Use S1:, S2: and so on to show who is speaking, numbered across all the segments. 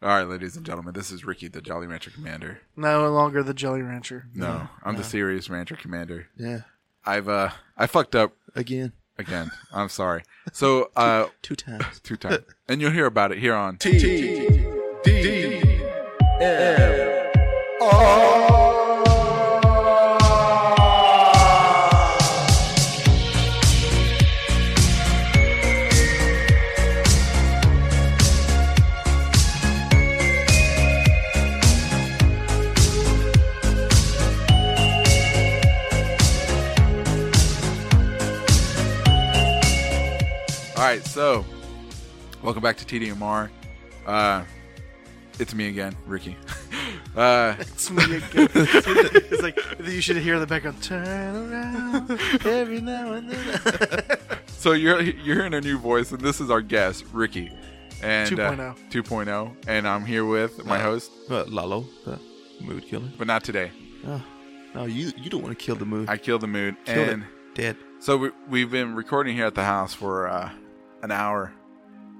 S1: All right, ladies and gentlemen, this is Ricky, the Jolly Rancher Commander.
S2: No longer the Jelly Rancher.
S1: No, I'm the serious Rancher Commander.
S3: Yeah.
S1: I've uh, I fucked up
S3: Again.
S1: again. I'm sorry. So, uh,
S3: Two times.
S1: two times, and you'll hear about it here on. All right, so welcome back to TDMR. Uh, it's me again, Ricky. uh,
S2: It's me again. it's like you should hear the background. Turn around every now and then.
S1: so you're you're hearing a new voice, and this is our guest, Ricky. And Uh,
S2: 2.0.
S1: 2.0, and I'm here with my host,
S3: Uh, Lalo, the mood killer.
S1: but not today.
S3: Oh, no, you you don't want to kill the mood.
S1: I killed the mood,
S3: Killed
S1: and
S3: it. Dead.
S1: so we, we've been recording here at the house for uh, an hour,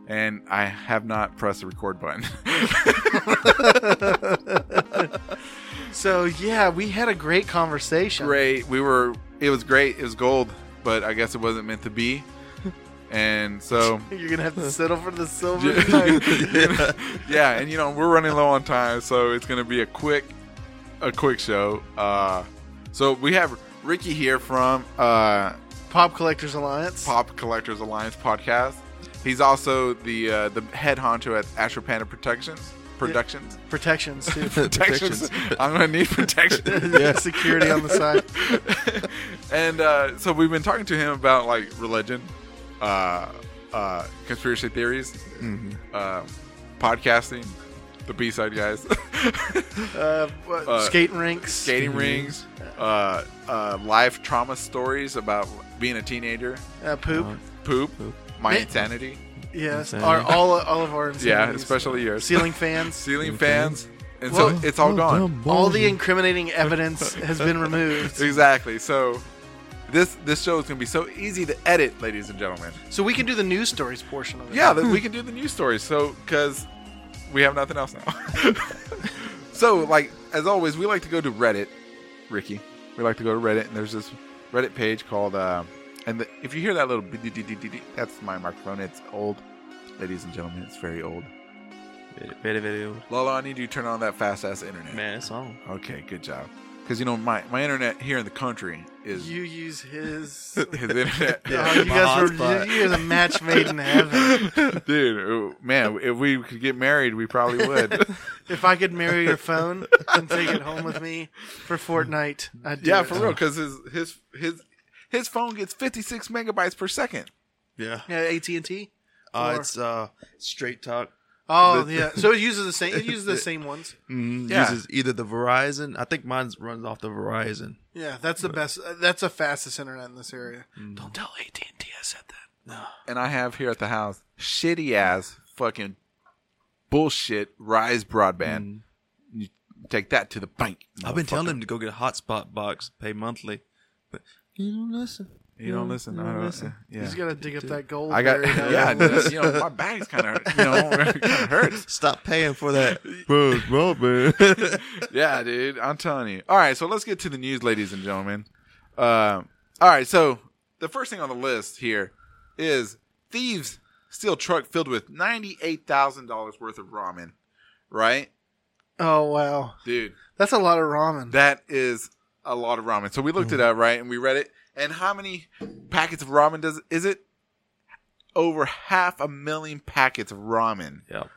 S1: and I have not pressed the record button.
S2: So yeah, we had a great conversation.
S1: great. We were. It was great. It was gold, but I guess it wasn't meant to be. And so,
S2: You're gonna have to settle for the silver.
S1: yeah, and you know we're running low on time, so it's gonna be a quick, a quick show. Uh, so we have Ricky here from uh,
S2: Pop Collectors Alliance.
S1: Pop Collectors Alliance podcast. He's also the uh, the head honcho at Astro Panda Productions. Productions.
S2: Protections too.
S1: Protections. I'm gonna need protection.
S2: Security on the side.
S1: and uh, so we've been talking to him about like religion, uh, uh, conspiracy theories, uh, podcasting, the B side guys,
S2: Uh, what-
S1: Uh,
S2: skating rinks.
S1: skating rings, uh, uh, life trauma stories about being a teenager,
S2: Uh, poop.
S3: Uh,
S1: poop,
S3: Poop.
S1: my
S2: Man.
S1: insanity.
S2: yes.
S3: insanity.
S2: Our, all all of our
S1: Yeah,
S2: insanities.
S1: especially yours.
S2: ceiling fans.
S1: ceiling
S3: Ceiling
S1: fans, and
S2: Well-
S1: so it's all
S3: Oh,
S1: gone.
S3: dumb boy.
S2: All the incriminating evidence has been removed.
S1: Exactly. So this this show is gonna be so easy to edit, ladies and gentlemen.
S2: So we can do the news stories portion of it.
S1: Yeah, then we can do the news stories. So because we have nothing else now. so like as always, we like to go to Reddit, Ricky. We like to go to Reddit, and there's this Reddit page called. Uh, and the, if you hear that little, beep, beep, beep, beep, beep, beep, that's my microphone. It's old, ladies and gentlemen. It's very old.
S3: Very, very, very old.
S1: Lala, I need you to turn on that fast ass internet.
S3: Man, it's on.
S1: Okay, good job. Because you know my my internet here in the country is
S2: You use his.
S1: his internet.
S2: Oh, you
S3: my
S2: guys were
S3: hotspot.
S2: you guys are a match made in heaven.
S1: Dude, oh, man, if we could get married, we probably would.
S2: If I could marry your phone and take it home with me for Fortnite, I'd do
S1: yeah,
S2: it.
S1: for real, because his his his his phone gets 56 megabytes per second.
S3: Yeah.
S2: Yeah, AT and T.
S3: Uh,
S2: Or-
S3: it's uh, straight talk.
S2: Oh yeah, so it uses the same. It uses the same ones.
S3: Mm,
S1: Yeah.
S3: Uses either the Verizon. I think mine runs off the Verizon.
S2: Yeah, that's the best. uh, That's the fastest internet in this area.
S3: Mm.
S2: Don't tell AT and T I said that.
S1: And I have here at the house shitty ass fucking bullshit Rise broadband. You take that to the bank.
S3: I've been telling
S1: motherfucker.
S3: them to go get a hotspot box, pay monthly, but you don't listen.
S1: you don't listen. I don't listen.
S2: He's gotta dig up that gold.
S1: I got
S2: buried down
S1: yeah.
S2: there.
S1: you know my back's kind of you know kind of hurts.
S3: Stop paying for that. bro, it's wrong, man.
S1: yeah, dude. I'm telling you. All right, so let's get to the news, ladies and gentlemen. Uh, all right, so the first thing on the list here is thieves steal truck filled with ninety-eight thousand dollars worth of ramen. Right,
S2: Oh wow,
S1: dude.
S2: that's a lot of ramen.
S1: That is a lot of ramen. So we looked it up, right, and we read it. And how many packets of ramen does is it? Over half a million packets of ramen.
S3: yep.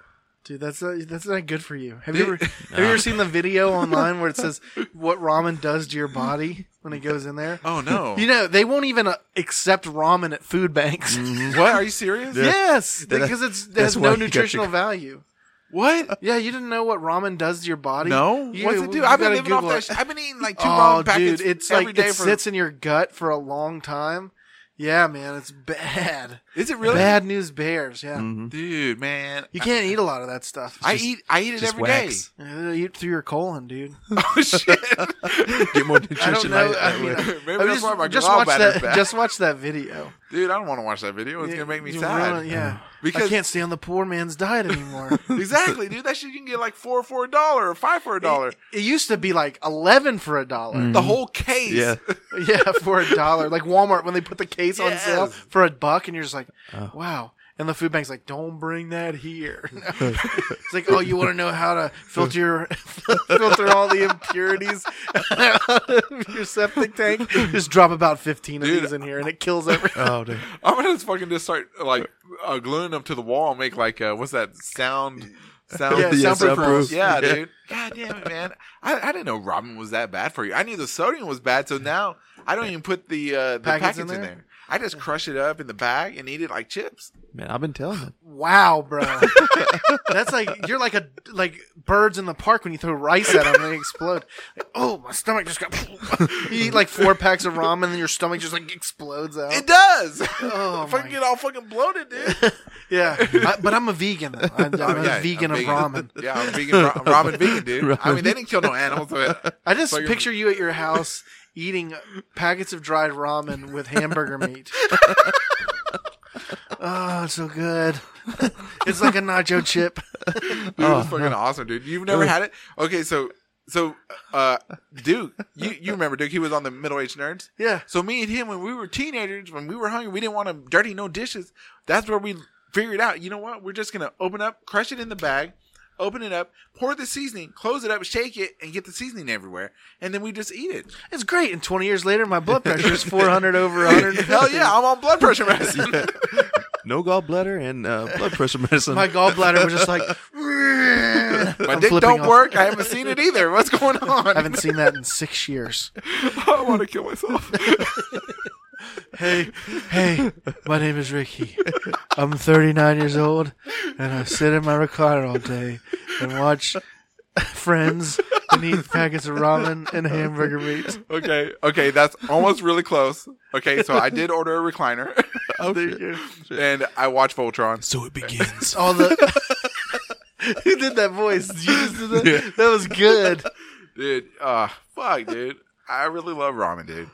S2: Dude, that's not, that's not good for you. Have you
S1: Dude.
S2: ever have you ever seen the video online where it says what ramen does to your body when it goes in there?
S1: Oh no!
S2: You know, they won't even uh, accept ramen at food banks.
S1: Mm-hmm. what? Are you serious?
S2: yes,
S3: Yeah, that-
S2: because it's it
S3: that's
S2: has
S3: why
S2: no
S3: you got
S2: nutritional
S3: your-
S2: value.
S1: What?
S2: Yeah, you didn't know what ramen does to your body.
S1: No,
S2: You-
S1: what's it
S2: you
S1: do? I've been
S2: gotta
S1: living
S2: Google
S1: off
S2: it.
S1: that. Sh- I've been eating like two
S2: Oh,
S1: ramen packets
S2: dude, it's
S1: every
S2: like
S1: day
S2: it
S1: for
S2: sits in your gut for a long time. Yeah, man, it's bad.
S1: Is it really?
S2: Bad news bears. Yeah.
S3: Mhm.
S1: Dude, man.
S2: You can't eat a lot of that stuff.
S1: I
S2: Just-
S1: eat I eat it
S3: just
S1: every day.
S3: wax.
S2: It'll eat through your colon, dude.
S1: Oh shit.
S3: Get more
S2: I don't
S3: nutrition
S2: know.
S3: that-
S2: I
S3: that
S2: mean,
S3: way.
S1: Maybe
S2: I
S1: that's
S2: just,
S1: why my
S2: just watch
S1: gallbladder's
S2: that.
S1: bad.
S2: Just watch that video.
S1: Dude, I don't want to watch that video. It's
S2: You-
S1: gonna make me
S2: you
S1: sad.
S2: ruin- yeah,
S1: Because-
S2: I can't stay on the poor man's diet anymore.
S1: Exactly, dude. That shit you can get like four for a dollar or five for a dollar. Mm.
S2: It, it used to be like eleven for a dollar.
S1: The whole case.
S3: Yeah.
S2: yeah, for a dollar. Like Walmart when they put the case on
S1: Yes.
S2: sale for a buck, and you're just like,
S3: Oh.
S2: wow. And the food bank's like, don't bring that here. it's like, oh, you want to know how to filter your, filter all the impurities out of your septic tank? Just drop about fifteen
S1: Dude,
S2: of these in here, and it kills everything.
S3: Oh, dude.
S1: I'm gonna just fucking just start like uh, gluing them to the wall and make like uh, what's that sound? Sound,
S2: Yeah, Yeah, soundproof. soundproof.
S1: Yeah,
S3: Yeah.
S1: dude. God damn it, man. I, I didn't know Robin was that bad for you. I knew the sodium was bad, so now I don't even put the uh, the packets, in, there. I just crush it up in the bag and eat it like chips.
S3: Man, I've been telling him.
S2: Wow, bro. That's like you're like a like birds in the park when you throw rice at them and they explode. Like, oh, my stomach just got. you eat like four packs of ramen and your stomach just like explodes out.
S1: It does.
S2: Oh,
S1: if I
S2: my-
S1: can get all fucking bloated, dude.
S2: yeah, I, but I'm a vegan. though. I'm, I'm
S1: Yeah,
S2: a vegan
S1: I'm
S2: of ramen.
S1: Yeah, I'm vegan. Ra- I'm ramen vegan, dude. I mean, they didn't kill no animals. So
S2: I just
S1: So you're-
S2: picture you at your house eating packets of dried ramen with hamburger meat. oh, it's so good. it's like a nacho chip.
S1: Dude, it was
S2: Oh.
S1: fucking awesome, dude. You've never had it? Okay, so so uh Duke, you, you remember Duke, he was on the middle aged nerds.
S2: Yeah.
S1: So me and him when we were teenagers, when we were hungry, we didn't want to dirty no dishes. That's where we figured out, you know what? We're just gonna open up, crush it in the bag, open it up, pour the seasoning, close it up, shake it, and get the seasoning everywhere. And then we just eat it.
S2: It's great. And 20 years later, my blood pressure is 400 over 100.
S1: Hell yeah, I'm on blood pressure medicine.
S3: No gallbladder and uh, blood pressure medicine.
S2: My gallbladder was just like,
S1: My
S2: my
S1: dick don't work. I haven't seen it either. What's going
S2: I
S1: on?
S2: haven't seen that in six years.
S1: I want to kill myself.
S2: Hey, hey, my name is Ricky. I'm 39 years old, and I sit in my recliner all day and watch Friends and eat packets of ramen and hamburger meat.
S1: Okay, okay, that's almost really close. Okay, so I did order a recliner,
S3: oh,
S2: There you
S3: shit.
S2: go.
S1: and I watched Voltron.
S3: So it begins.
S2: All the. Who did that voice? You just did that?
S3: Yeah.
S2: that was good.
S1: Dude, uh, fuck, dude, I really love ramen, dude.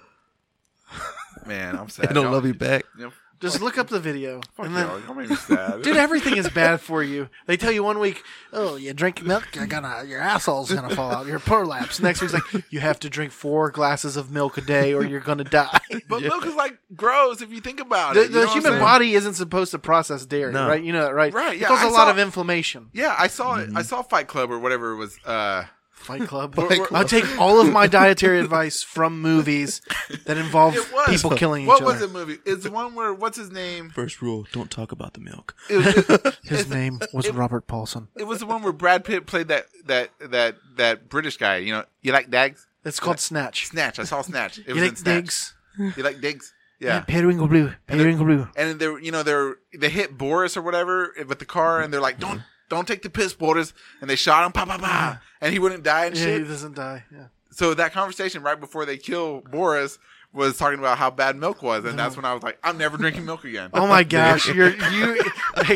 S1: Man, I'm
S3: I
S1: sad.
S3: don't love you back.
S1: you.
S2: Just look up the video.
S1: Fuck
S2: and then,
S1: y'all, y'all made me sad.
S2: Dude, everything is bad for you. They tell you one week, oh, you drink milk, you're gonna, your asshole's gonna fall out, your prolapse. Next week's like, you have to drink four glasses of milk a day or you're gonna die.
S1: but milk is like gross if you think about
S2: The,
S1: it. you know
S2: the
S1: what I'm
S2: human
S1: saying?
S2: body isn't supposed to process dairy,
S3: No.
S2: right? You know that, right?
S1: Right,
S2: It
S1: yeah,
S2: causes a
S1: I
S2: lot
S1: saw-
S2: of inflammation.
S1: Yeah, I saw
S2: Mm-hmm.
S1: it. I saw Fight Club or whatever it was. Uh,
S2: Fight Club.
S1: Fight Club.
S2: I take all of my dietary advice from movies that involve
S1: It was.
S2: people killing each
S1: what
S2: other.
S1: was the movie? It's the one where what's his name?
S3: First rule: don't talk about the milk.
S1: It was, it,
S2: His name was Robert Paulson.
S1: it was the one where Brad Pitt played that that that that British guy. You know, you like dags?
S2: It's called Snatch.
S1: Snatch. I saw Snatch. It was
S2: You
S1: in
S2: like
S1: Snatch.
S2: digs?
S1: You like digs?
S2: Yeah,
S1: Yeah.
S2: Periwinkle Blue. Periwinkle Blue.
S1: And then they're you know they're they hit Boris or whatever with the car, and they're like, "Don't don't take the piss, Boris!" And they shot him, pa pa pa, and he wouldn't die and
S2: Yeah, he
S1: shit.
S2: doesn't die. Yeah.
S1: So that conversation right before they kill Boris was talking about how bad milk was, and that's when I was like, "I'm never drinking milk again."
S2: Oh my gosh, you're you like,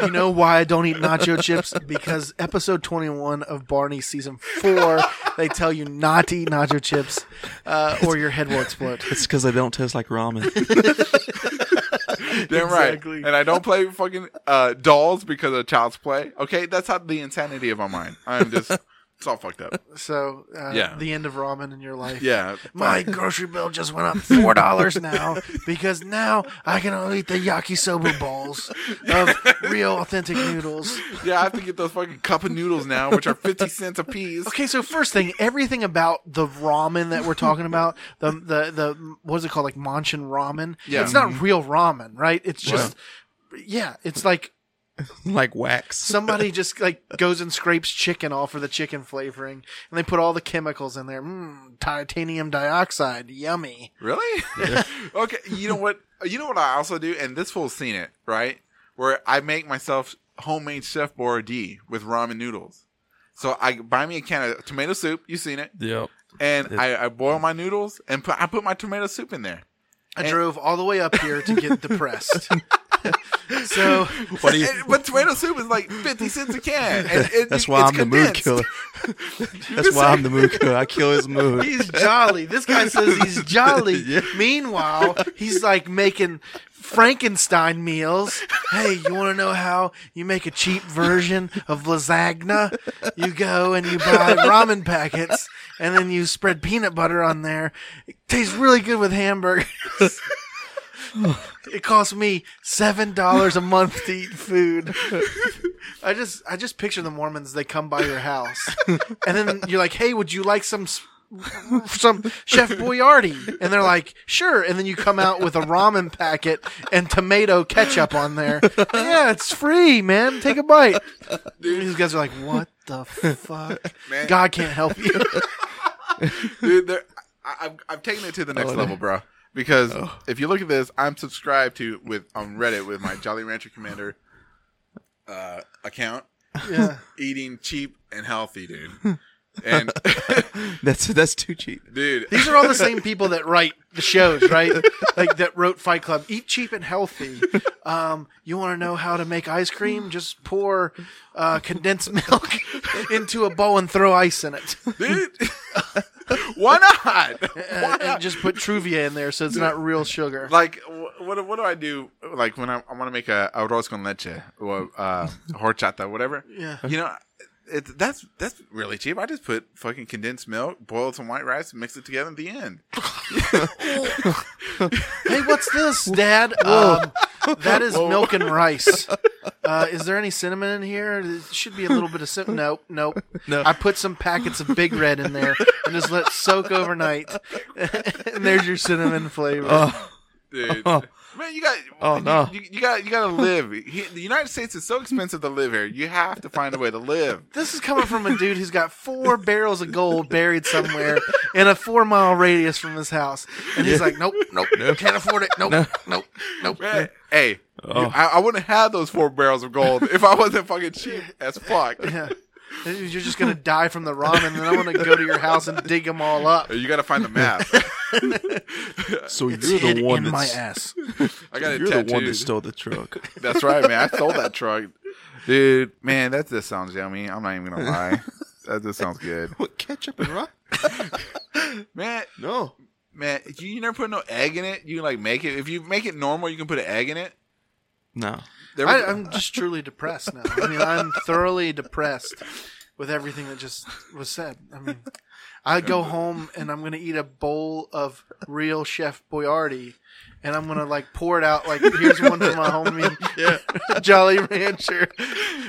S2: you know why I don't eat nacho chips? Because episode 21 of Barney season 4, they tell you not to eat nacho chips uh, or your head will explode.
S3: It's because they don't taste like ramen.
S1: Damn right.
S2: Exactly.
S1: And I don't play fucking uh, dolls because of child's play. Okay, that's how the insanity of my mind. I'm just it's all fucked up.
S2: So, uh,
S1: Yeah.
S2: the end of ramen in your life.
S1: Yeah.
S2: My grocery bill just went up four dollars now because now I can only eat the yakisoba bowls of real authentic noodles.
S1: Yeah, I have to get those fucking cup of noodles now, which are fifty cents a piece.
S2: Okay, so first thing, everything about the ramen that we're talking about, the the the what's it called, like Manchun ramen?
S1: Yeah. Mm-hmm.
S2: it's not real ramen, right? It's just, yeah, it's like
S3: like wax.
S2: somebody just like goes and scrapes chicken off for the chicken flavoring, and they put all the chemicals in there. Mmm, titanium dioxide, yummy.
S1: Really? okay. You know what? You know what I also do, and this fool's seen it, right? Where I make myself homemade chef Borodee with ramen noodles. So I buy me a can of tomato soup. You've seen it,
S3: Yep.
S1: and I, I boil my noodles and put I put my tomato soup in there,
S2: I drove all the way up here to get depressed. so
S3: What do you?
S1: And- but tomato soup is like fifty cents a can. And it,
S3: That's why
S1: it's
S3: I'm the mood
S1: condensed.
S3: killer. That's why I'm the mood killer. I kill his mood.
S2: he's jolly. This guy says he's jolly.
S3: Yeah.
S2: Meanwhile, he's like making Frankenstein meals. Hey, you want to know how you make a cheap version of lasagna? You go and you buy ramen packets and then you spread peanut butter on there. It tastes really good with hamburgers. It costs me seven dollars a month to eat food. I just, I just picture the Mormons. They come by your house, and then you're like, "Hey, would you like some s- some Chef Boyardee, and they're like, "Sure." And then you come out with a ramen packet and tomato ketchup on there. Yeah, it's free, man. Take a bite. These guys are like, "What the fuck?
S1: Man.
S2: God can't help you."
S1: Dude, there- I, I've, I've taken it to the next
S3: Oh, no.
S1: level, bro. Because if you look at this, I'm subscribed to with on Reddit with my Jolly Rancher Commander uh, account,
S2: yeah,
S1: eating cheap and healthy, dude. And
S3: That's that's too cheap.
S1: dude,
S2: these are all the same people that write the shows, right? Like that wrote Fight Club. Eat cheap and healthy. Um, you want to know how to make ice cream? Just pour uh, condensed milk into a bowl and throw ice in it.
S1: dude, why not? Why
S2: and,
S1: not?
S2: and just put Truvia in there so it's not real sugar.
S1: Like, wh- what what do I do? Like when I, I want to make a arroz con leche or uh, horchata, whatever.
S2: Yeah.
S1: You know, it, that's that's really cheap. I just put fucking condensed milk, boiled some white rice, mix it together at the end.
S2: Hey, what's this, Dad? Um, that is milk and rice. Uh, is there any cinnamon in here? There should be a little bit of cinnamon. Nope, nope.
S3: No.
S2: I put some packets of Big Red in there and just let it soak overnight. and there's your cinnamon flavor.
S3: Oh,
S1: dude.
S3: Oh.
S1: Man, you got
S3: Oh,
S1: you-
S3: no.
S1: You, you got you got to live. He, the United States is so expensive to live here. You have to find a way to live.
S2: This is coming from a dude who's got four barrels of gold buried somewhere in a four mile radius from his house. And he's like, nope, nope, can't afford it. Nope, nope, nope.
S1: Man, hey,
S3: Oh.
S1: you- I, I wouldn't have those four barrels of gold if I wasn't fucking cheap as fuck.
S2: Yeah. You're just gonna die from the ramen, and then I'm gonna go to your house and dig them all up.
S1: You got to find the map.
S3: so
S2: It's
S3: you're
S2: hid
S3: the one
S2: in
S3: that's
S2: my ass.
S1: I got it
S3: you're the one that
S1: tattooed.
S3: stole the truck.
S1: That's right, man. I stole that truck, dude. Man, that just sounds yummy. I'm not even gonna lie. That just sounds good,
S3: what ketchup and rock?
S1: man.
S3: No.
S1: Man, you, you never put no egg in it. You like make it. If you make it normal, you can put an egg in it.
S3: No.
S1: There
S2: I,
S1: was-
S2: I'm just truly depressed now. I mean, I'm thoroughly depressed with everything that just was said. I mean, I go home and I'm gonna eat a bowl of real Chef Boyardee, and I'm gonna like pour it out like here's one for my homie, Jolly Rancher.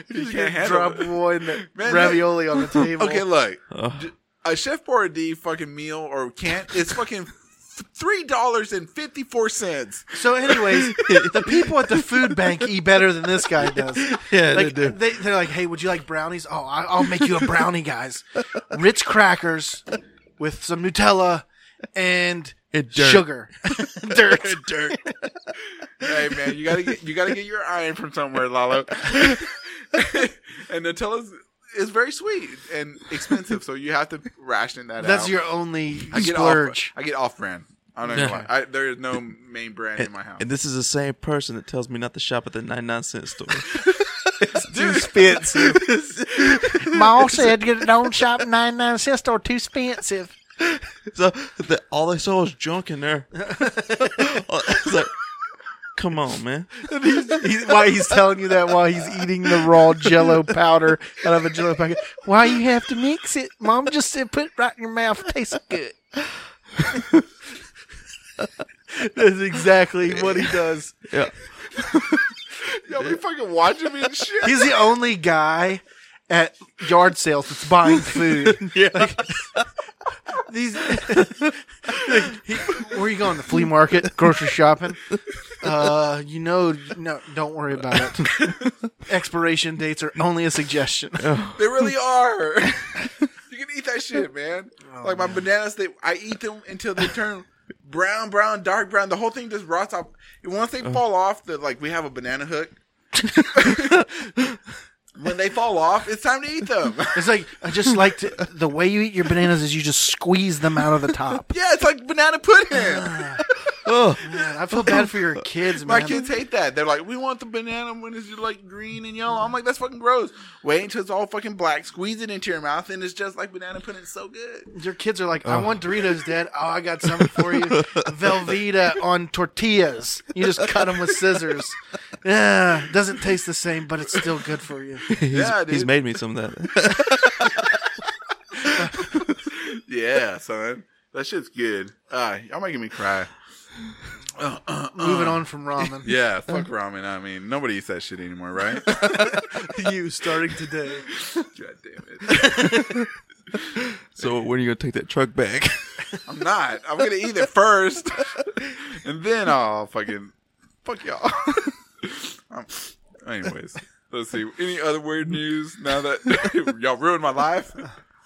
S2: You
S1: can't
S2: can
S1: handle
S2: drop
S1: it.
S2: one
S1: Man,
S2: ravioli on the table.
S1: okay, look.
S3: Oh.
S1: D- a chef boyardee fucking meal or can't it's fucking three dollars and fifty four cents.
S2: So, anyways, the people at the food bank eat better than this guy does.
S3: Yeah,
S2: like,
S3: they do.
S2: They, they're like, "Hey, would you like brownies? Oh, I, I'll make you a brownie, guys. Ritz crackers with some Nutella and,
S3: And dirt.
S2: sugar, dirt, dirt."
S1: Hey man, you gotta get you gotta get your iron from somewhere, Lalo. and Nutella's is very sweet and expensive, so you have to ration that out.
S2: That's your only
S1: I get
S2: splurge.
S1: off I get off brand. I don't know why. I, there is no main brand in my house.
S3: And this is the same person that tells me not to shop at the 99 cent store.
S1: Dude,
S3: expensive.
S2: Mom said, "Get it on shop nine nine cents or too expensive."
S3: so the, all they saw was junk in there. It's like, come on, man.
S2: He's, why he's telling you that while he's eating the raw Jello powder out of a Jello packet? Why you have to mix it? Mom just said put it right in your mouth. Tastes good. That's exactly what he does.
S3: Yeah.
S1: y'all be fucking watching me and shit.
S2: He's the only guy at yard sales that's buying food.
S3: Yeah.
S2: These, he, where you going? The flea market, grocery shopping. Uh, you know, no, don't worry about it. Expiration dates are only a suggestion.
S1: They really are. you can eat that shit, man. like my bananas, they I eat them until they turn brown, brown, dark brown. The whole thing just rots off. And once they fall off, the like we have a banana hook. when they fall off, it's time to eat them.
S2: It's like I just like to, the way you eat your bananas is you just squeeze them out of the top.
S1: yeah, it's like banana pudding.
S3: Ugh.
S2: Man, I feel bad for your kids,
S1: My
S2: man.
S1: kids hate that. They're like, we want the banana when it's like green and yellow. I'm like, that's fucking gross. Wait until it's all fucking black. Squeeze it into your mouth, and it's just like banana pudding. It's so good.
S2: Your kids are like, I want Doritos, Dad. Oh, I got something for you. Velveeta on tortillas. You just cut them with scissors. Yeah, doesn't taste the same, but it's still good for you.
S3: He's,
S1: Yeah, dude.
S3: he's made me some of that.
S1: Yeah, son, that shit's good. Uh, y'all making me cry. Uh, uh, uh.
S2: Moving on from ramen.
S1: Yeah, fuck ramen. I mean, nobody eats that shit anymore, right? God
S2: you starting today.
S1: damn it.
S3: so when are you gonna take that truck back?
S1: I'm not. I'm gonna eat it first, and then I'll fucking fuck y'all. um, anyways, let's see. Any other weird news? Now that y'all ruined my life,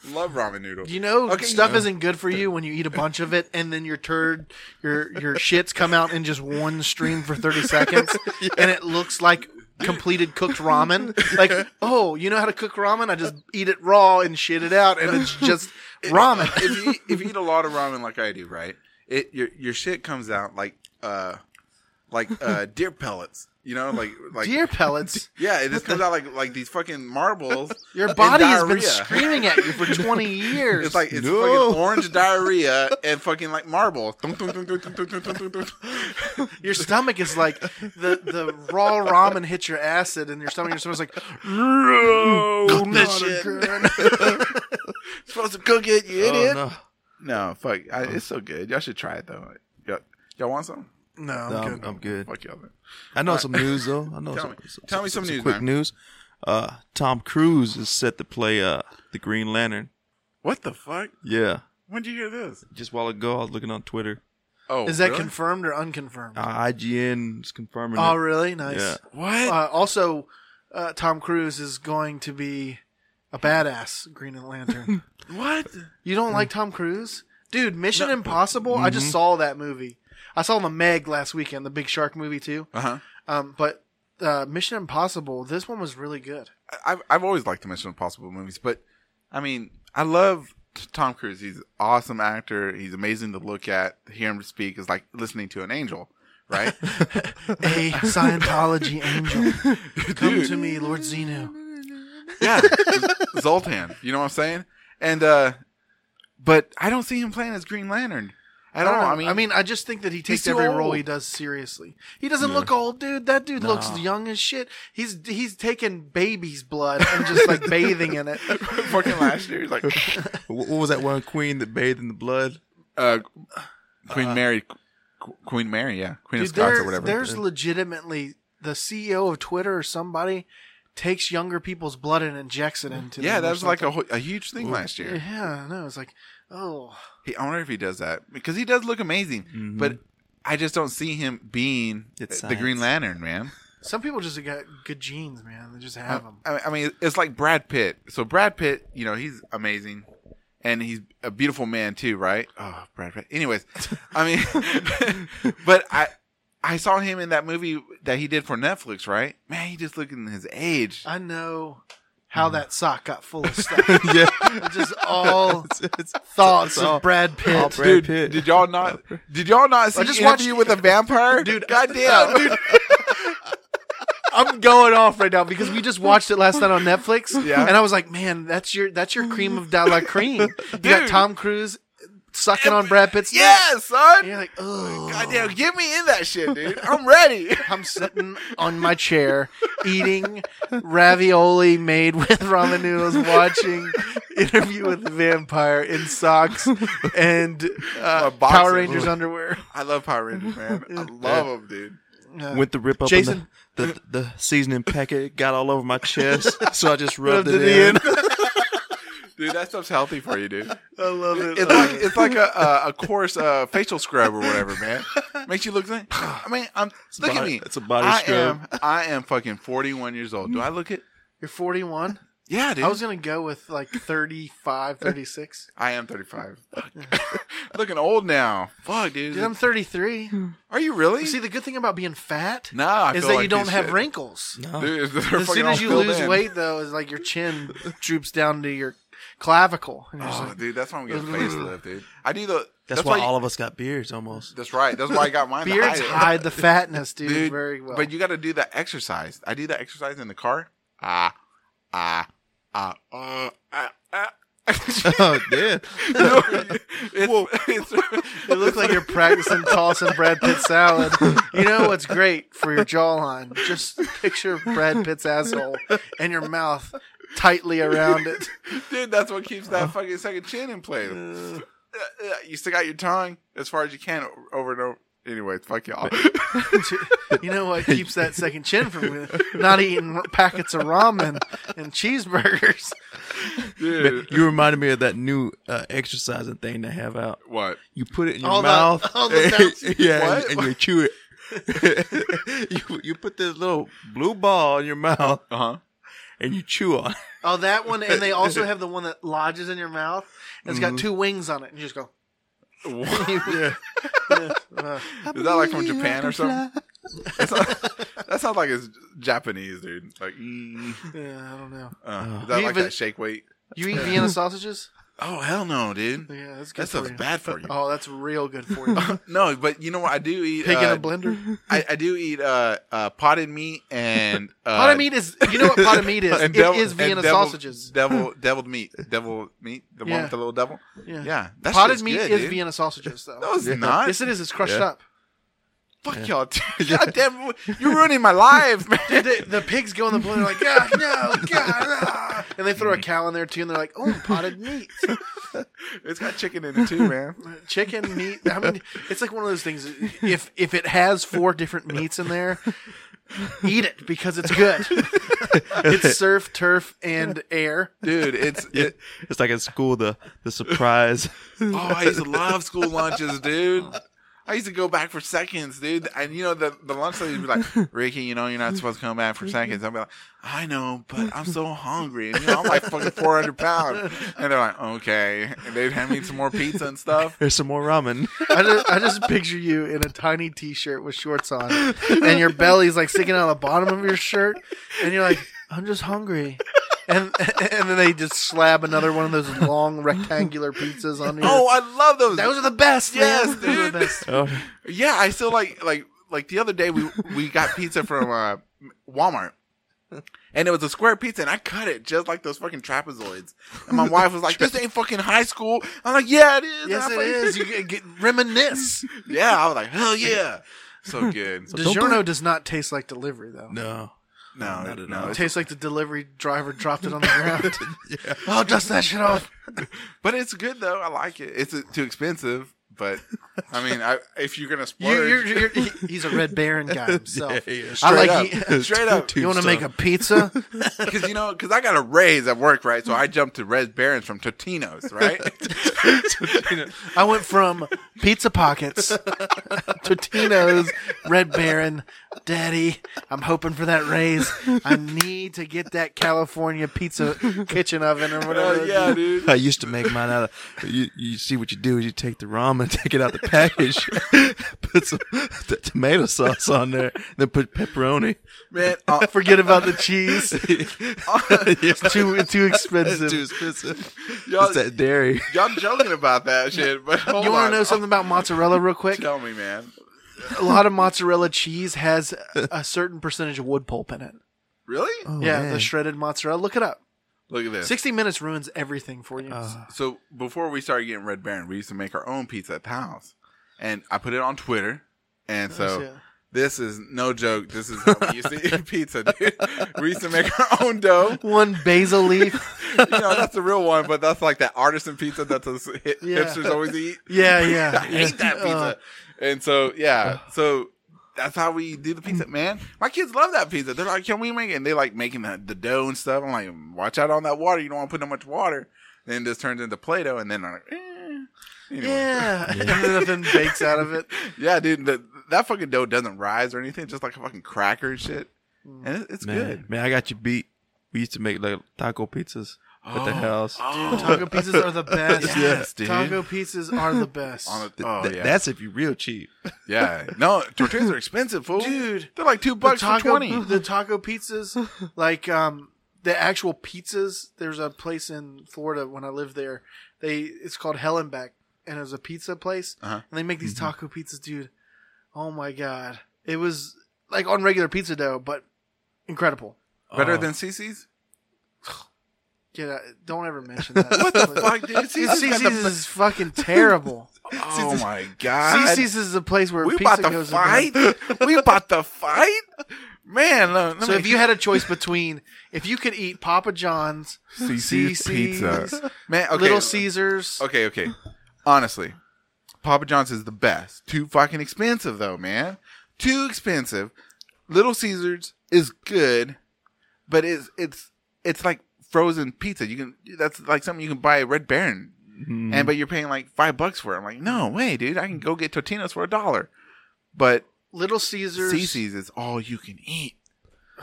S1: love ramen noodles.
S2: You know,
S1: Okay.
S2: stuff isn't good for you when you eat a bunch of it, and then your turd, your your shits come out in just one stream for thirty seconds, and it looks like completed cooked ramen. Like, oh, you know how to cook ramen? I just eat it raw and shit it out, and it's just ramen.
S1: if you if you eat a lot of ramen like I do, right? It your your shit comes out like uh like uh deer pellets. You know, like like
S2: Deer pellets.
S1: yeah, it just comes out like like these fucking marbles.
S2: Your
S1: and
S2: body has been
S1: diarrhea.
S2: screaming at you for twenty years.
S1: It's like it's
S3: No.
S1: fucking orange diarrhea and fucking like marble. Dunk, dunk, dunk, dunk, dunk, dunk, dunk, dunk, dunk.
S2: your stomach is like the the raw ramen hits your acid, and your stomach your stomach's like, no,
S1: that
S2: not
S1: shit."
S2: again.
S1: supposed to cook it, you
S3: Oh,
S1: idiot.
S3: no.
S1: no. fuck. I, it's so good. Y'all should try it though. Y'all, y'all want some?
S2: No, I'm
S3: No,
S2: good.
S3: I'm, I'm good.
S1: Fuck y'all. Then.
S3: I know some news though. I know
S1: Tell
S3: some,
S1: me. Tell me some news,
S3: Quick
S1: man.
S3: news. Uh, Tom Cruise is set to play uh the Green Lantern.
S1: What the fuck?
S3: Yeah.
S1: When did you hear this?
S3: Just a while ago, I was looking on Twitter.
S1: Oh,
S2: Is that
S1: really?
S2: confirmed or unconfirmed?
S3: Uh, IGN is confirming.
S2: oh,
S3: it.
S2: really? Nice.
S3: Yeah.
S1: what?
S2: Uh, also, uh, Tom Cruise is going to be a badass Green Lantern.
S1: What?
S2: you don't like Tom Cruise, dude? Mission Impossible. I just saw that movie. I saw The Meg last weekend, the big shark movie too.
S1: Uh huh.
S2: Um, but uh, Mission Impossible, this one was really good.
S1: I've I've always liked the Mission Impossible movies, but I mean, I love t- Tom Cruise. He's an awesome actor. He's amazing to look at. Hear him speak is like listening to an angel, right?
S2: A Scientology angel, come
S1: Dude.
S2: to me, Lord Zeno.
S1: yeah, Zoltan. You know what I'm saying? And uh, but I don't see him playing as Green Lantern. I don't. know. I mean,
S2: Uh, I mean, I just think that he takes
S1: too
S2: every role
S1: old.
S2: he does seriously. He doesn't look old, dude. That dude looks
S3: Nah.
S2: young as shit. He's he's taking baby's blood and just like bathing in it.
S1: fucking last year, he's like
S3: Wh- What was that one queen that bathed in the blood?
S1: uh, Queen Mary, Qu- Queen Mary, yeah, Queen
S2: Uh, Dude,
S1: of Scots
S2: there-
S1: or whatever.
S2: there's legitimately the CEO of Twitter or somebody takes younger people's blood and injects it into.
S1: yeah,
S2: them or
S1: that was like a,
S2: something.
S1: whole- a huge thing last year.
S2: Yeah, no, it's like oh.
S1: He, I wonder if he does that because he does look amazing, but I just don't see him being
S3: Mm-hmm. It's
S1: the Green
S3: science.
S1: Lantern, man.
S2: Some people just got good genes, man. They just
S1: I,
S2: have them.
S1: I mean, it's like Brad Pitt. So Brad Pitt, you know, he's amazing, and he's a beautiful man too, right? Oh, Brad Pitt. Anyways, I mean, but I. I saw him in that movie that he did for Netflix, right? Man, he just looking his age.
S3: Uh,
S2: I know how that sock got full of stuff.
S3: yeah,
S2: just all
S3: it's,
S2: thoughts of Brad
S3: all
S2: Pitt.
S3: Brad
S1: dude,
S3: Pitt.
S1: did y'all not? Did y'all not see
S2: just
S1: Interview with a Vampire?
S2: Dude,
S1: goddamn, dude.
S2: I'm going off right now because we just watched it last night on Netflix.
S1: Yeah.
S2: And I was like, man, that's your that's your cream of de la cream. You got
S1: Dude.
S2: Tom Cruise sucking on Brad Pitt's neck.
S1: Yeah, son.
S2: And you're like, oh,
S1: Goddamn, get me in that shit, dude. I'm ready.
S2: I'm sitting on my chair eating ravioli made with ramen noodles, watching Interview with the Vampire in socks and
S1: My
S2: uh,
S1: boxers.
S2: Power Rangers underwear.
S1: I love Power Rangers, man. I love them, dude.
S2: Uh,
S3: went the rip up.
S2: Jason-
S3: Jason, the, the the seasoning packet got all over my chest, so I just rubbed,
S2: Rubbed
S3: it,
S2: it
S3: in.
S1: Dude, that stuff's healthy for you, dude.
S2: I love it.
S1: It's like it's like a a, a coarse uh, facial scrub or whatever, man. Makes you look. Like, I mean, I'm look at
S3: body-
S1: me.
S3: it's a body
S1: I
S3: scrub.
S1: Am, I am fucking 41 years old. Do I look it?
S2: You're 41.
S1: Yeah, dude.
S2: I was gonna go with like 35, 36.
S1: I am 35. Looking old now. Fuck, dude.
S2: Dude, I'm 33.
S1: Are you really?
S2: See, the good thing about being fat
S1: no, I
S2: is
S1: feel
S2: that
S1: like
S2: you don't
S1: this
S2: have
S1: shit.
S2: wrinkles.
S1: Dude,
S2: As soon as you lose weight, though, is like your chin droops down to your clavicle. And you're just
S1: Oh,
S2: like,
S1: dude, that's why I'm getting a facelift, dude. I do the.
S3: That's, why,
S1: you-
S3: all of us got beards almost.
S1: That's right. That's why I got mine. to hide
S2: beards
S1: it.
S2: hide the fatness, dude,
S1: Dude,
S2: very well.
S1: But you got to do that exercise. I do that exercise in the car. Ah, ah, ah, uh, ah, ah.
S3: oh, yeah.
S1: No, it's- it's-
S2: it looks like you're practicing tossing Brad Pitt salad. You know what's great for your jawline? Just picture Brad Pitt's asshole and your mouth tightly around it.
S1: dude. That's what keeps
S2: Oh.
S1: that fucking second chin in play. Uh, uh, You stick out your tongue as far as you can o- over and over. Anyway, fuck y'all.
S2: You know what keeps that second chin from not eating packets of ramen and cheeseburgers?
S1: Dude,
S3: You reminded me of that new uh, exercising thing they have out.
S1: what?
S3: You put it in your
S2: All the-
S3: mouth.
S2: all the bouncy-
S3: yeah,
S1: What?
S3: and you chew it. you, you put this little blue ball in your mouth
S1: Uh
S2: Uh-huh.
S1: huh.
S3: and you chew on it.
S2: Oh, that one, and they also have the one that lodges in your mouth. And it's
S1: Mm-hmm.
S2: got two wings on it, and you just go.
S3: Yeah.
S2: Uh,
S1: Is that like from Japan or something? That sounds- that sounds like it's Japanese, dude. Like, mm,
S2: yeah, I don't know.
S1: uh, is that
S2: You
S1: like
S2: even-
S1: that shake weight?
S2: You eat Vienna sausages?
S1: Oh hell no, dude.
S2: Yeah, that's good
S1: That
S2: for
S1: stuff's
S2: you.
S1: bad for you.
S2: Oh, that's real good for you.
S1: No, but you know what? I do eat.
S2: Pig
S1: uh,
S2: in a blender.
S1: I, I do eat uh, uh, potted meat and uh,
S2: Pot of meat is. You know what pot of meat is? It is
S1: and devil- and
S2: Vienna
S1: devil-
S2: sausages.
S1: Devil, deviled meat, devil meat, the
S2: Yeah.
S1: one with the little devil.
S2: Yeah.
S1: Yeah, that
S2: Potted
S1: shit's
S2: meat
S1: good,
S2: is
S1: dude.
S2: Vienna sausages, though.
S1: No, it's not.
S2: Yes, it is. It's crushed
S3: Yeah.
S2: up.
S1: Fuck y'all, dude. God damn, you're ruining my life, man.
S2: The, the pigs go in the blender like, God, no, God, ah." and they throw a cow in there too, and they're like, oh, potted meat,
S1: it's got chicken in it too, man.
S2: chicken meat. I mean, it's like one of those things. If if it has four different meats in there, eat it because it's good. it's surf, turf, and air.
S1: Dude, it's it,
S3: It's like at school, the, the surprise.
S1: oh, I used to love school lunches, dude. I used to go back for seconds, dude. And you know the the lunch lady would be like, Ricky, you know you're not supposed to come back for seconds. I'd be like, I know, but I'm so hungry. And you know, I'm like fucking 400 pounds. And they're like, okay. And they'd hand me some more pizza and stuff.
S3: There's some more ramen.
S2: I just, I just picture you in a tiny t-shirt with shorts on, and your belly's like sticking out of the bottom of your shirt, and you're like, "I'm just hungry," and and then they just slab another one of those long rectangular pizzas on your.
S1: Oh, I love those.
S2: those are the best. man.
S1: Yes,
S2: those are the
S1: dude.
S2: best.
S3: Oh,
S1: yeah, I still like like like the other day we we got pizza from uh, Walmart. And it was a square pizza, and I cut it just like those fucking trapezoids. And my wife was like, "This ain't fucking high school." I'm like, "Yeah, it is.
S2: Yes,
S1: I
S2: it
S1: fucking-
S2: is. You get, get reminisce.
S1: Yeah, I was like, hell yeah. So good.
S2: DiGiorno does not taste like delivery though.
S3: no.
S1: no,
S3: Not at all.
S1: no.
S2: It
S1: it's-
S2: tastes like the delivery driver dropped it on the ground. Oh, dust that shit off.
S1: But it's good though. I like it. It's uh, too expensive, but I mean, I, if you're gonna
S2: You,
S1: splurge,
S2: you're, you're, he- he's a red baron guy himself.
S3: Yeah, yeah.
S2: I
S1: straight
S2: like.
S1: up,
S2: he-
S1: straight up,
S2: you want to make a pizza?
S1: because you know, because I got a raise at work, right? So I jumped to Red Barons from Totino's, right?
S2: I went from Pizza Pockets, Totino's, Red Baron, Daddy. I'm hoping for that raise. I need to get that California pizza kitchen oven or
S1: Hell
S2: whatever.
S1: Oh, yeah, dude.
S3: I used to make mine out of. You, you see what you do is you take the ramen, take it out the package, put some t- tomato sauce on there, then put pepperoni.
S1: Man, uh,
S2: Forget about the cheese. It's too it's too expensive.
S3: It's too expensive.
S1: Y'all-
S3: It's that dairy.
S1: y'all joking about that shit, but hold
S2: you
S1: want
S2: want to know something about mozzarella, real quick?
S1: Tell me, man.
S2: A lot of mozzarella cheese has a certain percentage of wood pulp in it.
S1: Really?
S3: Oh,
S2: yeah,
S3: man.
S2: the shredded mozzarella. Look it up.
S1: Look at this.
S2: Sixty Minutes ruins everything for you.
S1: So before we started getting Red Baron, we used to make our own pizza at the house, and I put it on Twitter, and so.
S2: Oh, shit.
S1: This is no joke. This is how we used to eat pizza, dude. We used to make our own dough.
S2: One basil leaf.
S1: You know, that's the real one, but that's like that artisan pizza that those hi-
S2: Yeah.
S1: hipsters always eat.
S2: Yeah, yeah. Uh,
S1: I hate that pizza. And so, yeah. So that's how we do the pizza, man. My kids love that pizza. They're like, can we make it? And they like making the, the dough and stuff. I'm like, watch out on that water. You don't want to put too much water. Then it just turns into Play Doh. And then I'm like, eh. Anyway.
S2: Yeah. And then nothing bakes out of it.
S1: Yeah, dude. The, that fucking dough doesn't rise or anything. It's just like a fucking cracker and shit.
S2: Mm.
S1: And it, it's
S3: man,
S1: good.
S3: man, I got you beat. We used to make like taco pizzas at the
S1: Oh.
S3: house.
S1: Oh,
S2: Dude, taco pizzas are the best.
S1: Yes, dude.
S2: Taco pizzas are the best.
S1: On a-
S3: Th-
S1: oh,
S3: th-
S1: yeah.
S3: That's if you real cheap.
S1: yeah. No, tortillas are expensive, fool.
S2: Dude.
S1: They're like two bucks
S2: taco,
S1: for 20.
S2: The taco pizzas, like um, the actual pizzas. There's a place in Florida when I lived there. They it's called Hellenbeck, and it was a pizza place,
S1: Uh-huh.
S2: and they make these taco pizzas, dude. Oh my god, it was like on regular pizza dough, but incredible.
S1: Better
S3: Oh.
S1: than CC's?
S2: Get out, don't ever mention that.
S1: What the fuck, dude? CC's, got the
S2: CC's is fucking terrible.
S1: be- Oh my god.
S2: CC's is the place where
S1: we
S2: pizza
S1: about to
S2: goes
S1: fight. we about to fight, man. Let, let
S2: So
S1: me-
S2: if you had a choice between if you could eat Papa John's,
S1: CC's
S2: CC's,
S1: pizza, man. Okay,
S2: Little Caesars,
S1: Okay, okay. Honestly, Papa John's is the best. Too fucking expensive though, man. Too expensive. Little Caesars is good, but it's it's it's like frozen pizza. You can that's like something you can buy at Red Baron, and but you're paying like five bucks for it. I'm like, no way, dude. I can go get Totino's for a dollar. But
S2: Little Caesars.
S1: CC's is all you can eat.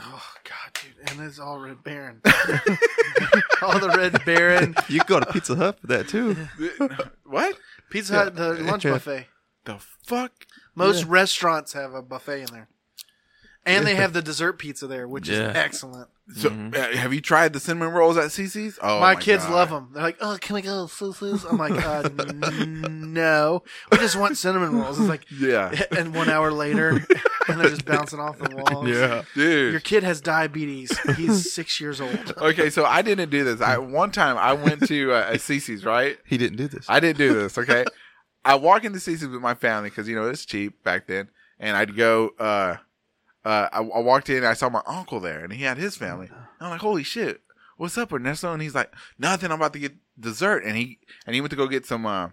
S2: Oh God, dude, and it's all Red Baron. all the Red Baron
S3: You go to Pizza Hut for that too.
S1: what
S2: Pizza Hut, the lunch
S3: Yeah.
S2: buffet.
S1: the fuck?
S2: Most restaurants have a buffet in there, and they have the dessert pizza there, which
S3: Yeah.
S2: is excellent.
S1: So uh, have you tried the cinnamon rolls at CC's? Oh,
S2: my, kids
S1: God.
S2: love them. They're like, "Oh, can we go foo-foos? I'm like, uh, n- "No, we just want cinnamon rolls." It's like,
S1: Yeah.
S2: and one hour later, and they're just bouncing off the walls.
S1: dude.
S2: Your kid has diabetes. He's six years old.
S1: okay, so I didn't do this. I one time I went to uh, a CC's, right?
S3: He didn't do this.
S1: I didn't do this. Okay, I walk into CC's with my family because you know it's cheap back then, and I'd go. Uh, uh, I, I walked in, I saw my uncle there, and he had his family. And I'm like, holy shit, what's up, Ernesto? And he's like, nothing. I'm about to get dessert, and he and he went to go get some uh,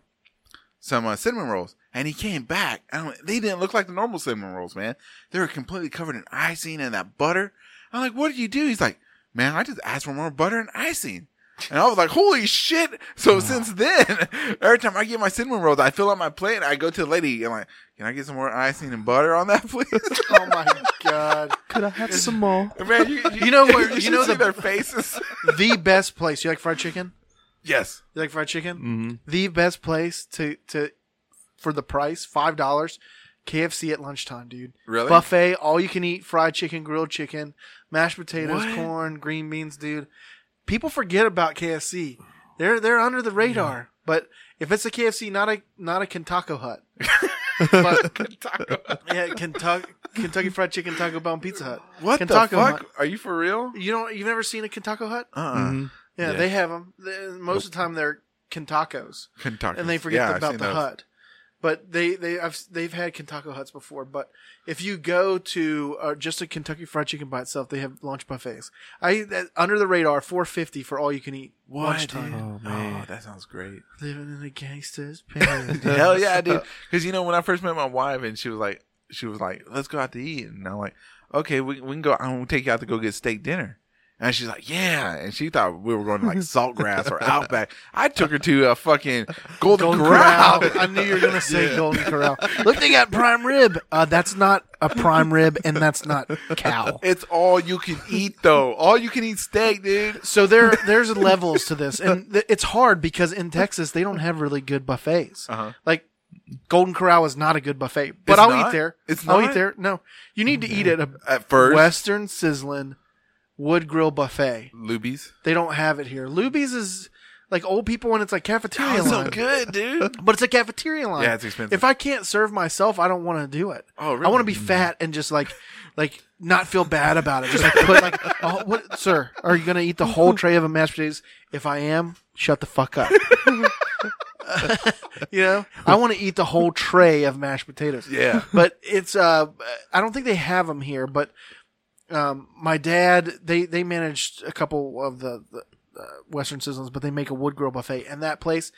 S1: some uh, cinnamon rolls, and he came back, and I'm like, they didn't look like the normal cinnamon rolls, man. They were completely covered in icing and that butter. I'm like, what did you do? He's like, man, I just asked for more butter and icing. And I was like, holy shit. So since then, every time I get my cinnamon rolls, I fill up my plate and I go to the lady and I'm like, can I get some more icing and butter on that, please?
S2: Oh my god.
S3: Could I have some more?
S1: Man, you,
S2: You know where- you
S1: should
S2: know
S1: see
S2: the-
S1: their faces.
S2: the best place. You like fried chicken?
S1: yes.
S2: You like fried chicken?
S3: Mm-hmm.
S2: The best place to to for the price five dollars. KFC at lunchtime, dude.
S1: Really?
S2: Buffet, all you can eat: fried chicken, grilled chicken, mashed potatoes,
S1: What?
S2: corn, green beans, dude. People forget about KFC. They're they're under the radar. But if it's a KFC, not a not a Kentucky Hut, but yeah, Kentucky Kentucky Fried Chicken, Taco Bell, and Pizza Hut.
S1: What
S2: Kentucky
S1: the fuck?
S2: Hut.
S1: Are you for real?
S2: You don't you've never seen a Kentucky Hut?
S1: Uh-uh.
S3: mm-hmm.
S2: Yeah,
S3: Yeah.
S2: they have them. most of the time, they're Kentuckos,
S1: Kentucky.
S2: and they forget
S1: Yeah, I've
S2: about
S1: seen
S2: the
S1: those.
S2: hut. But they they I've, they've had Kentucky huts before. But if you go to uh, just a Kentucky Fried Chicken by itself, they have lunch buffets. I that, under the radar, four fifty for all you can eat
S1: What, dude?
S2: lunchtime.
S1: Oh, man. that sounds great.
S2: Living in a gangster's pants.
S1: Hell yeah, dude. Because you know when I first met my wife and she was like, she was like, let's go out to eat, and I'm like, okay, we, we can go. I'm gonna take you out to go get steak dinner. And she's like, yeah. And she thought we were going to like Saltgrass or Outback. I took her to a fucking Golden,
S2: Golden
S1: Corral.
S2: Corral. I knew you were gonna say Golden Corral. Look, they got prime rib. Uh, that's not a prime rib, and that's not cow.
S1: It's all you can eat though. All you can eat steak, dude.
S2: So there, there's levels to this, and th- it's hard because in Texas they don't have really good buffets.
S1: Uh-huh.
S2: Like Golden Corral is not a good buffet, but I'll
S1: not?
S2: eat there.
S1: It's
S2: I'll
S1: not?
S2: eat there. No, you need to eat at a
S1: At first,
S2: Western Sizzlin Wood Grill buffet.
S1: Lubies.
S2: They don't have it here. Luby's is like old people, and it's like cafeteria
S1: It's so
S2: line,
S1: good, dude.
S2: but it's a cafeteria line.
S1: Yeah, it's expensive.
S2: If I can't serve myself, I don't want to do it.
S1: Oh, really?
S2: I want to be fat and just like, like not feel bad about it. Just like put like, oh, what, sir? Are you gonna eat the whole tray of a mashed potatoes? If I am, shut the fuck up. you know, I want to eat the whole tray of mashed potatoes.
S1: Yeah.
S2: But it's uh, I don't think they have them here. But um, my dad they they managed a couple of the, the uh, Western sizzles, but they make a wood grill buffet, and that place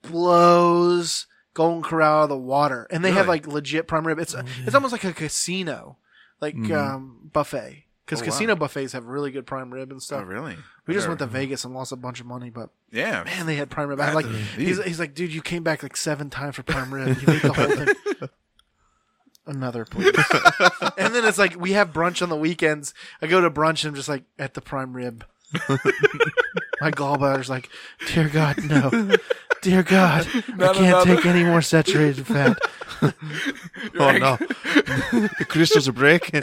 S2: blows Golden Corral out of the water. And they have
S1: Really? Oh,
S2: like legit prime rib. It's it's almost like a casino, like um, buffet. Because
S1: Mm-hmm. Oh, wow.
S2: casino buffets have really good prime rib and
S1: Oh,
S2: stuff.
S1: really?
S2: We just
S1: Sure. Mm-hmm.
S2: went to Vegas and lost a bunch of money, but
S1: Yeah.
S2: man, they had prime rib. I like
S1: Dude.
S2: he's, he's like, dude, you came back like seven times for prime rib. You ate the whole thing. Another, please. and then it's like we have brunch on the weekends. I go to brunch and I'm just like at the prime rib. My gallbladder's like, dear God, no, dear God, I
S1: Not
S2: can't
S1: another-
S2: take any more saturated fat.
S3: Oh no, the crystals are breaking.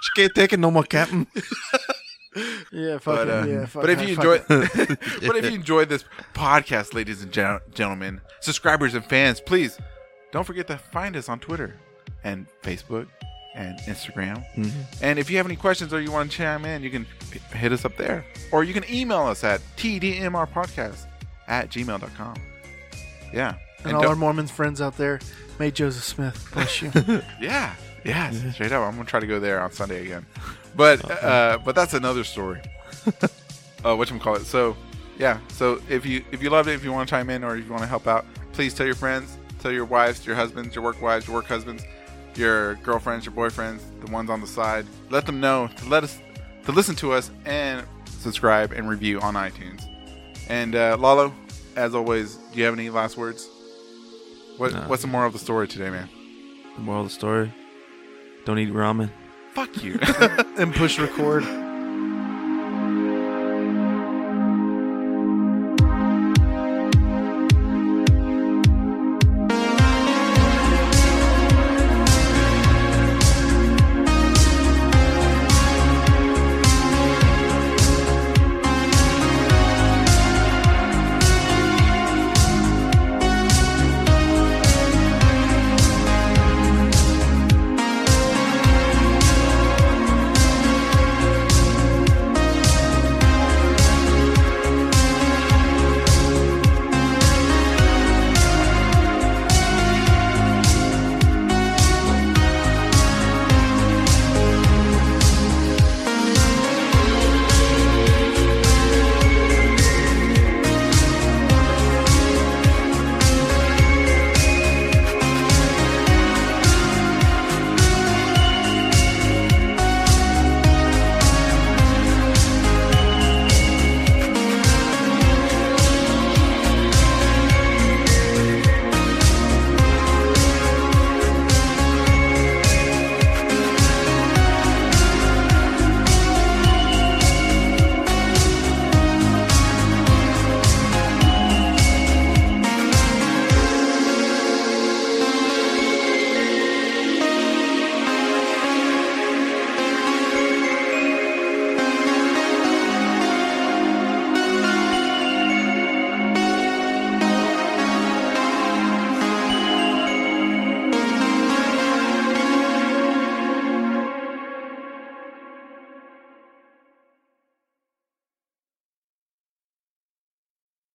S3: She can't take it no more, Captain.
S2: Yeah, fucking,
S1: But, uh,
S2: yeah, fuck,
S1: but if you
S2: fuck
S1: enjoy,
S2: it.
S1: but if you enjoyed this podcast, ladies and gen- gentlemen, subscribers and fans, please don't forget to find us on Twitter and Facebook and Instagram.
S2: Mm-hmm.
S1: And if you have any questions or you want to chime in, you can p- hit us up there, or you can email us at tdmrpodcast at gmail.com. Yeah,
S2: and all our Mormon friends out there, may Joseph Smith bless you.
S1: Yeah. Yeah, straight up. I'm gonna try to go there on Sunday again, but uh, but that's another story. uh, what call it? So, yeah. So if you if you loved it, if you want to chime in or if you want to help out, please tell your friends, tell your wives, your husbands, your work wives, your work husbands, your girlfriends, your boyfriends, the ones on the side. Let them know to let us to listen to us and subscribe and review on iTunes. And uh, Lalo, as always, do you have any last words? What,
S3: No.
S1: What's the moral of the story today, man?
S3: The moral of the story: Don't eat ramen.
S1: Fuck you.
S2: and push record.